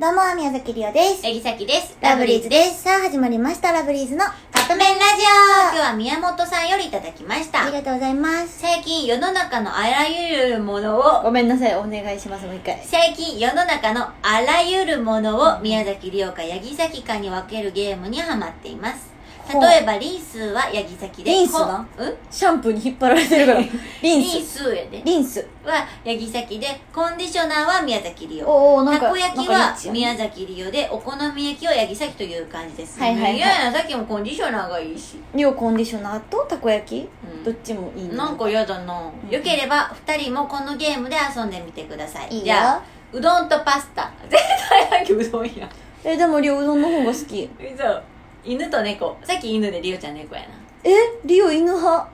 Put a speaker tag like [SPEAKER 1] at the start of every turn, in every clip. [SPEAKER 1] どうも、宮崎りおです。
[SPEAKER 2] えぎさきです。
[SPEAKER 1] です。さあ、始まりました、ラブリーズの
[SPEAKER 2] カップ麺ラジオ今日は宮本さんよりいただきまし
[SPEAKER 1] あり
[SPEAKER 2] た。
[SPEAKER 1] がとうございます。
[SPEAKER 2] 最近世の中のあらゆるものを、
[SPEAKER 3] ごめんなさい、お願いします、もう一回。
[SPEAKER 2] 最近世の中のあらゆるものを宮崎りおか八木崎かに分けるゲームにはまっています。
[SPEAKER 3] ほう
[SPEAKER 2] 例えば、リンスーは八木崎で、
[SPEAKER 3] リンスは
[SPEAKER 2] こんうん
[SPEAKER 3] シャンプーに引っ張られてる から。リン
[SPEAKER 2] リン
[SPEAKER 3] ス。
[SPEAKER 2] スーやで。
[SPEAKER 3] リンス。
[SPEAKER 2] は八木崎で、コンディショナーは宮崎りお。
[SPEAKER 3] おおなん
[SPEAKER 2] た
[SPEAKER 3] か。
[SPEAKER 2] こ焼き
[SPEAKER 3] なん
[SPEAKER 2] は
[SPEAKER 3] かリンチやね
[SPEAKER 2] 宮崎りおで、お好み焼きは八木崎という感じです。
[SPEAKER 3] はいはいはい
[SPEAKER 2] いやいや、さっきもコンディショナーがいいし。
[SPEAKER 3] 両コンディショナーとたこ焼き
[SPEAKER 2] うん
[SPEAKER 3] どっちもいいね
[SPEAKER 2] なんか嫌だな、
[SPEAKER 3] うん
[SPEAKER 2] よければ2人もこのゲームで遊んでみてください
[SPEAKER 1] いいよ
[SPEAKER 2] じゃあうどんとパスタ 絶対さっきうどんや
[SPEAKER 3] え、でも両うどんの方が好き。
[SPEAKER 2] そう犬と猫さっき犬でリオちゃん猫やな
[SPEAKER 3] え、リオ犬派。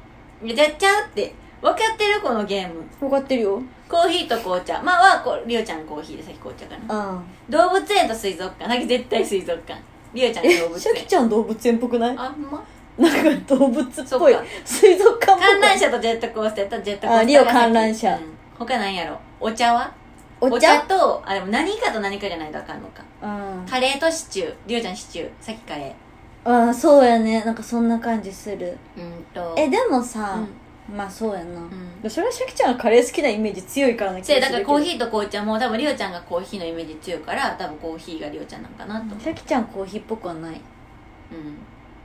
[SPEAKER 2] いややっちゃうって分かってるこのゲーム
[SPEAKER 3] 分かってるよ。
[SPEAKER 2] コーヒーと紅茶まあはこリオちゃんコーヒーでさっき紅茶かな
[SPEAKER 3] うん。
[SPEAKER 2] 動物園と水族館さっき絶対水族館リオちゃん動
[SPEAKER 3] え、
[SPEAKER 2] 物
[SPEAKER 3] シャキ
[SPEAKER 2] 園
[SPEAKER 3] ちゃん動物園っぽくない
[SPEAKER 2] あほんま
[SPEAKER 3] なんか動物っぽい
[SPEAKER 2] そっか。
[SPEAKER 3] 水族館っぽい。
[SPEAKER 2] 観覧車とジェットコースターやったらジェットコースターが
[SPEAKER 3] あリオ観覧車
[SPEAKER 2] うん他なんやろお茶は
[SPEAKER 3] お茶
[SPEAKER 2] とあでも何かと何かじゃないとあかんのか
[SPEAKER 3] うん。
[SPEAKER 2] カレーとシチューりゅうちゃんシチューさっきカレ
[SPEAKER 3] うん、そうやね。なんかそんな感じする。
[SPEAKER 2] ーうんと
[SPEAKER 3] え、
[SPEAKER 2] え
[SPEAKER 3] でも
[SPEAKER 2] う
[SPEAKER 3] さ、まあそうやな。
[SPEAKER 2] ん
[SPEAKER 3] それはシャキちゃんがカレー好きなイメージ強いからな気がす
[SPEAKER 2] せ
[SPEAKER 3] る
[SPEAKER 2] だ
[SPEAKER 3] けど。
[SPEAKER 2] からコーヒーと紅茶も多分りゅうちゃんがコーヒーのイメージ強いから多分コーヒーがりゅうちゃんなんかなと
[SPEAKER 3] シャキちゃんコーヒーっぽくはない
[SPEAKER 2] うん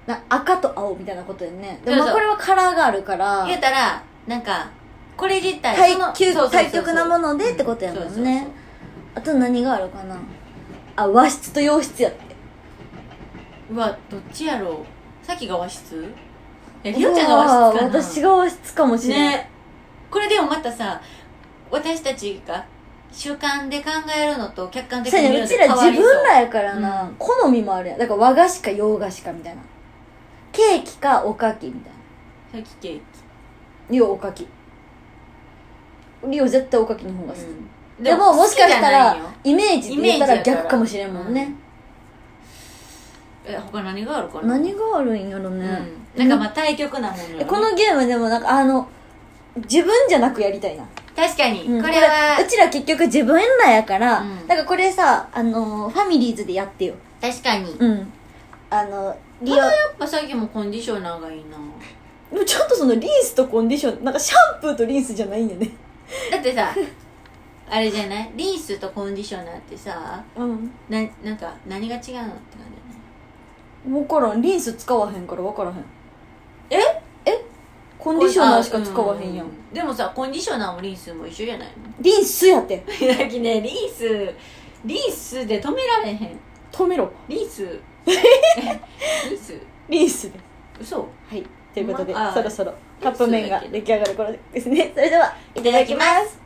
[SPEAKER 3] な赤と青みたいなことよねで
[SPEAKER 2] そうそう
[SPEAKER 3] もまあこれはカラーがあるから
[SPEAKER 2] 言うたらなんかこれ自体
[SPEAKER 3] 対
[SPEAKER 2] その
[SPEAKER 3] 究
[SPEAKER 2] そうそうそう
[SPEAKER 3] 対極なものでってことやも
[SPEAKER 2] うんそ
[SPEAKER 3] ん
[SPEAKER 2] うそう
[SPEAKER 3] ねあと何があるかなあ和室と洋室やって
[SPEAKER 2] そううわどっちやろうさっきが和室えりゅうちゃんが和室かな
[SPEAKER 3] うわー私が和室かもしれない、
[SPEAKER 2] ねこれでもまたさ私たちが主観で考えるのと客観的
[SPEAKER 3] そう
[SPEAKER 2] に
[SPEAKER 3] や
[SPEAKER 2] 見る
[SPEAKER 3] ね
[SPEAKER 2] の
[SPEAKER 3] うち
[SPEAKER 2] で変
[SPEAKER 3] ら
[SPEAKER 2] わ
[SPEAKER 3] 自
[SPEAKER 2] りそう
[SPEAKER 3] 分らやからな、
[SPEAKER 2] うん
[SPEAKER 3] 好みもあるやんだから和菓子か洋菓子かみたいなケーキかおかきみたいな
[SPEAKER 2] さっきケーキ
[SPEAKER 3] リオおかきリオ絶対おかきの方が好き、
[SPEAKER 2] うん
[SPEAKER 3] でももしかした
[SPEAKER 2] 好きじゃないよ
[SPEAKER 3] らイメージって言った
[SPEAKER 2] イメ
[SPEAKER 3] ら
[SPEAKER 2] ージやから
[SPEAKER 3] 逆かもしれんもんね、
[SPEAKER 2] え他何があるかな
[SPEAKER 3] 何があるんやろね、
[SPEAKER 2] うん、なんかまあ対極なものよね
[SPEAKER 3] えこのゲームでもなんかあの自分じゃなくやりたいな、
[SPEAKER 2] 確かに、
[SPEAKER 3] うん
[SPEAKER 2] これは
[SPEAKER 3] うちら結局自分らやから、
[SPEAKER 2] うん
[SPEAKER 3] なんかこれさあのーファミリーズでやってよ
[SPEAKER 2] 確かにやっ
[SPEAKER 3] うんあのリオ
[SPEAKER 2] ぱさっきもコンディショナーがいいな
[SPEAKER 3] でもちょっとそのリンスとコンディションなんかシャンプーとリンスじゃないんよね
[SPEAKER 2] だってさあれじゃないリンスとコンディショナーってさ
[SPEAKER 3] うん
[SPEAKER 2] ななんか何が違うのって感
[SPEAKER 3] 分からんリンス使わへんから分からへん
[SPEAKER 2] え
[SPEAKER 3] えコ
[SPEAKER 2] じ
[SPEAKER 3] ン
[SPEAKER 2] ゃない
[SPEAKER 3] ディショナーしか使わへんやん
[SPEAKER 2] うでもさコンディショナーもリンスも一緒じゃないの
[SPEAKER 3] リンスやって
[SPEAKER 2] だきねリンスリンスで止められへん
[SPEAKER 3] 止めろ
[SPEAKER 2] リンス リンス
[SPEAKER 3] リンスです
[SPEAKER 2] 嘘
[SPEAKER 3] はいということで、
[SPEAKER 2] まあ
[SPEAKER 3] そろそろカップ麺が出来上がる頃ですねそれではい
[SPEAKER 2] ただきます